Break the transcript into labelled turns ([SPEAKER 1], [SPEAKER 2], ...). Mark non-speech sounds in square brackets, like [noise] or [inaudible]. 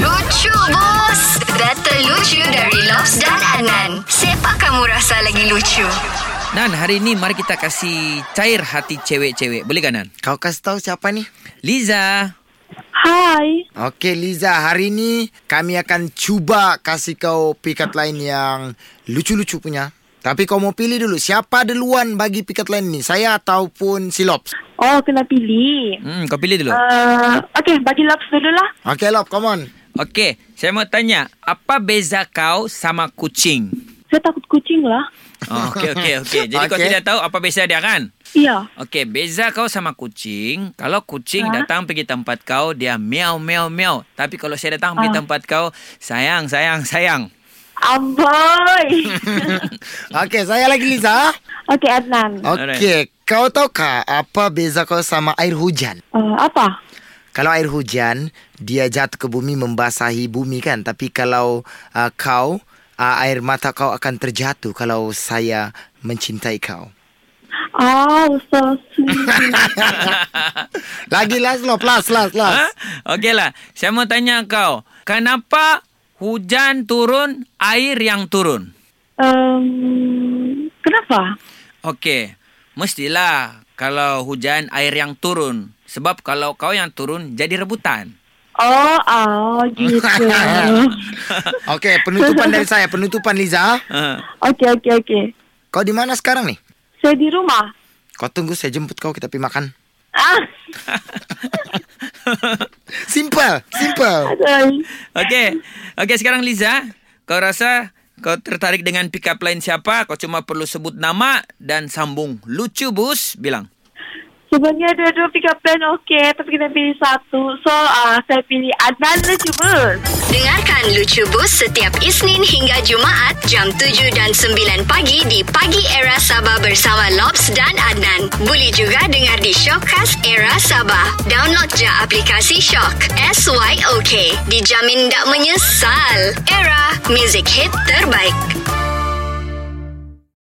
[SPEAKER 1] Lucu bos Data lucu dari Lobs dan Anan Siapa kamu rasa lagi lucu?
[SPEAKER 2] Nan, hari ini mari kita kasih cair hati cewek-cewek. Boleh kan, Nan?
[SPEAKER 3] Kau kasih tahu siapa nih?
[SPEAKER 2] Liza.
[SPEAKER 4] Hai.
[SPEAKER 3] Okey Liza, hari ini kami akan cuba kasih kau pikat lain yang lucu-lucu punya. Tapi kau mau pilih dulu siapa duluan bagi pikat lain ini, saya ataupun si Lops.
[SPEAKER 4] Oh, kena pilih.
[SPEAKER 2] Hmm, kau pilih dulu.
[SPEAKER 4] Uh, okay, bagi laps dulu lah.
[SPEAKER 3] Okey Lop, come on. [laughs]
[SPEAKER 2] Okey, saya mau tanya, apa beza kau sama
[SPEAKER 4] [laughs]
[SPEAKER 2] kucing?
[SPEAKER 4] Saya takut kucing lah.
[SPEAKER 2] Oh, okey, okey, okey. Jadi kau
[SPEAKER 3] Okey.
[SPEAKER 2] tidak tahu apa beza dia kan?
[SPEAKER 4] Iya.
[SPEAKER 2] Okey, beza kau sama kucing. Kalau kucing
[SPEAKER 4] Ah.
[SPEAKER 2] datang pergi tempat kau, dia meow meow meow. Tapi kalau saya datang pergi
[SPEAKER 4] Ah.
[SPEAKER 2] tempat kau, sayang sayang sayang.
[SPEAKER 4] Amboi.
[SPEAKER 3] Okey, saya lagi Liza.
[SPEAKER 4] okay, Adnan.
[SPEAKER 3] Ah. Okey, kau tahukah apa beza kau sama air hujan?
[SPEAKER 4] Uh, apa?
[SPEAKER 3] Kalau air hujan, dia jatuh ke bumi membasahi bumi kan. Tapi kalau uh, kau, uh, air mata kau akan terjatuh kalau saya mencintai kau.
[SPEAKER 4] Oh, so sweet.
[SPEAKER 3] [laughs] Lagi last lo, last, last,
[SPEAKER 2] Hah?
[SPEAKER 4] Ah.
[SPEAKER 3] last.
[SPEAKER 2] Okey lah, saya mau tanya kau, kenapa hujan turun, air yang turun?
[SPEAKER 4] um, kenapa?
[SPEAKER 2] Okey, mestilah kalau hujan air yang turun. Sebab kalau kau yang turun jadi rebutan.
[SPEAKER 4] Oh, oh gitu.
[SPEAKER 3] Okey, penutupan dari saya, penutupan Liza.
[SPEAKER 2] Ah.
[SPEAKER 4] okay, okay, okay.
[SPEAKER 3] Kau di mana sekarang nih?
[SPEAKER 4] Saya di rumah.
[SPEAKER 3] Kau tunggu saya jemput kau kita pergi makan.
[SPEAKER 4] Ah,
[SPEAKER 3] Simple, simple.
[SPEAKER 4] sorry.
[SPEAKER 2] Okey. Okey, sekarang Liza, kau rasa kau tertarik dengan pick up line siapa? Kau cuma perlu sebut nama dan sambung. Lucu bus bilang.
[SPEAKER 4] Sebenarnya ada dua pick up plan okay, tapi kita pilih satu. So, uh, saya pilih Adnan lucu bus.
[SPEAKER 1] Dengarkan Lucu Bus setiap Isnin hingga Jumaat jam 7 dan 9 pagi di Pagi Era Sabah bersama Lobs dan Adnan. Boleh juga dengar di Shockcast Era Sabah. Download je aplikasi Shock. SYOK. Dijamin tak menyesal. Era, music hit terbaik.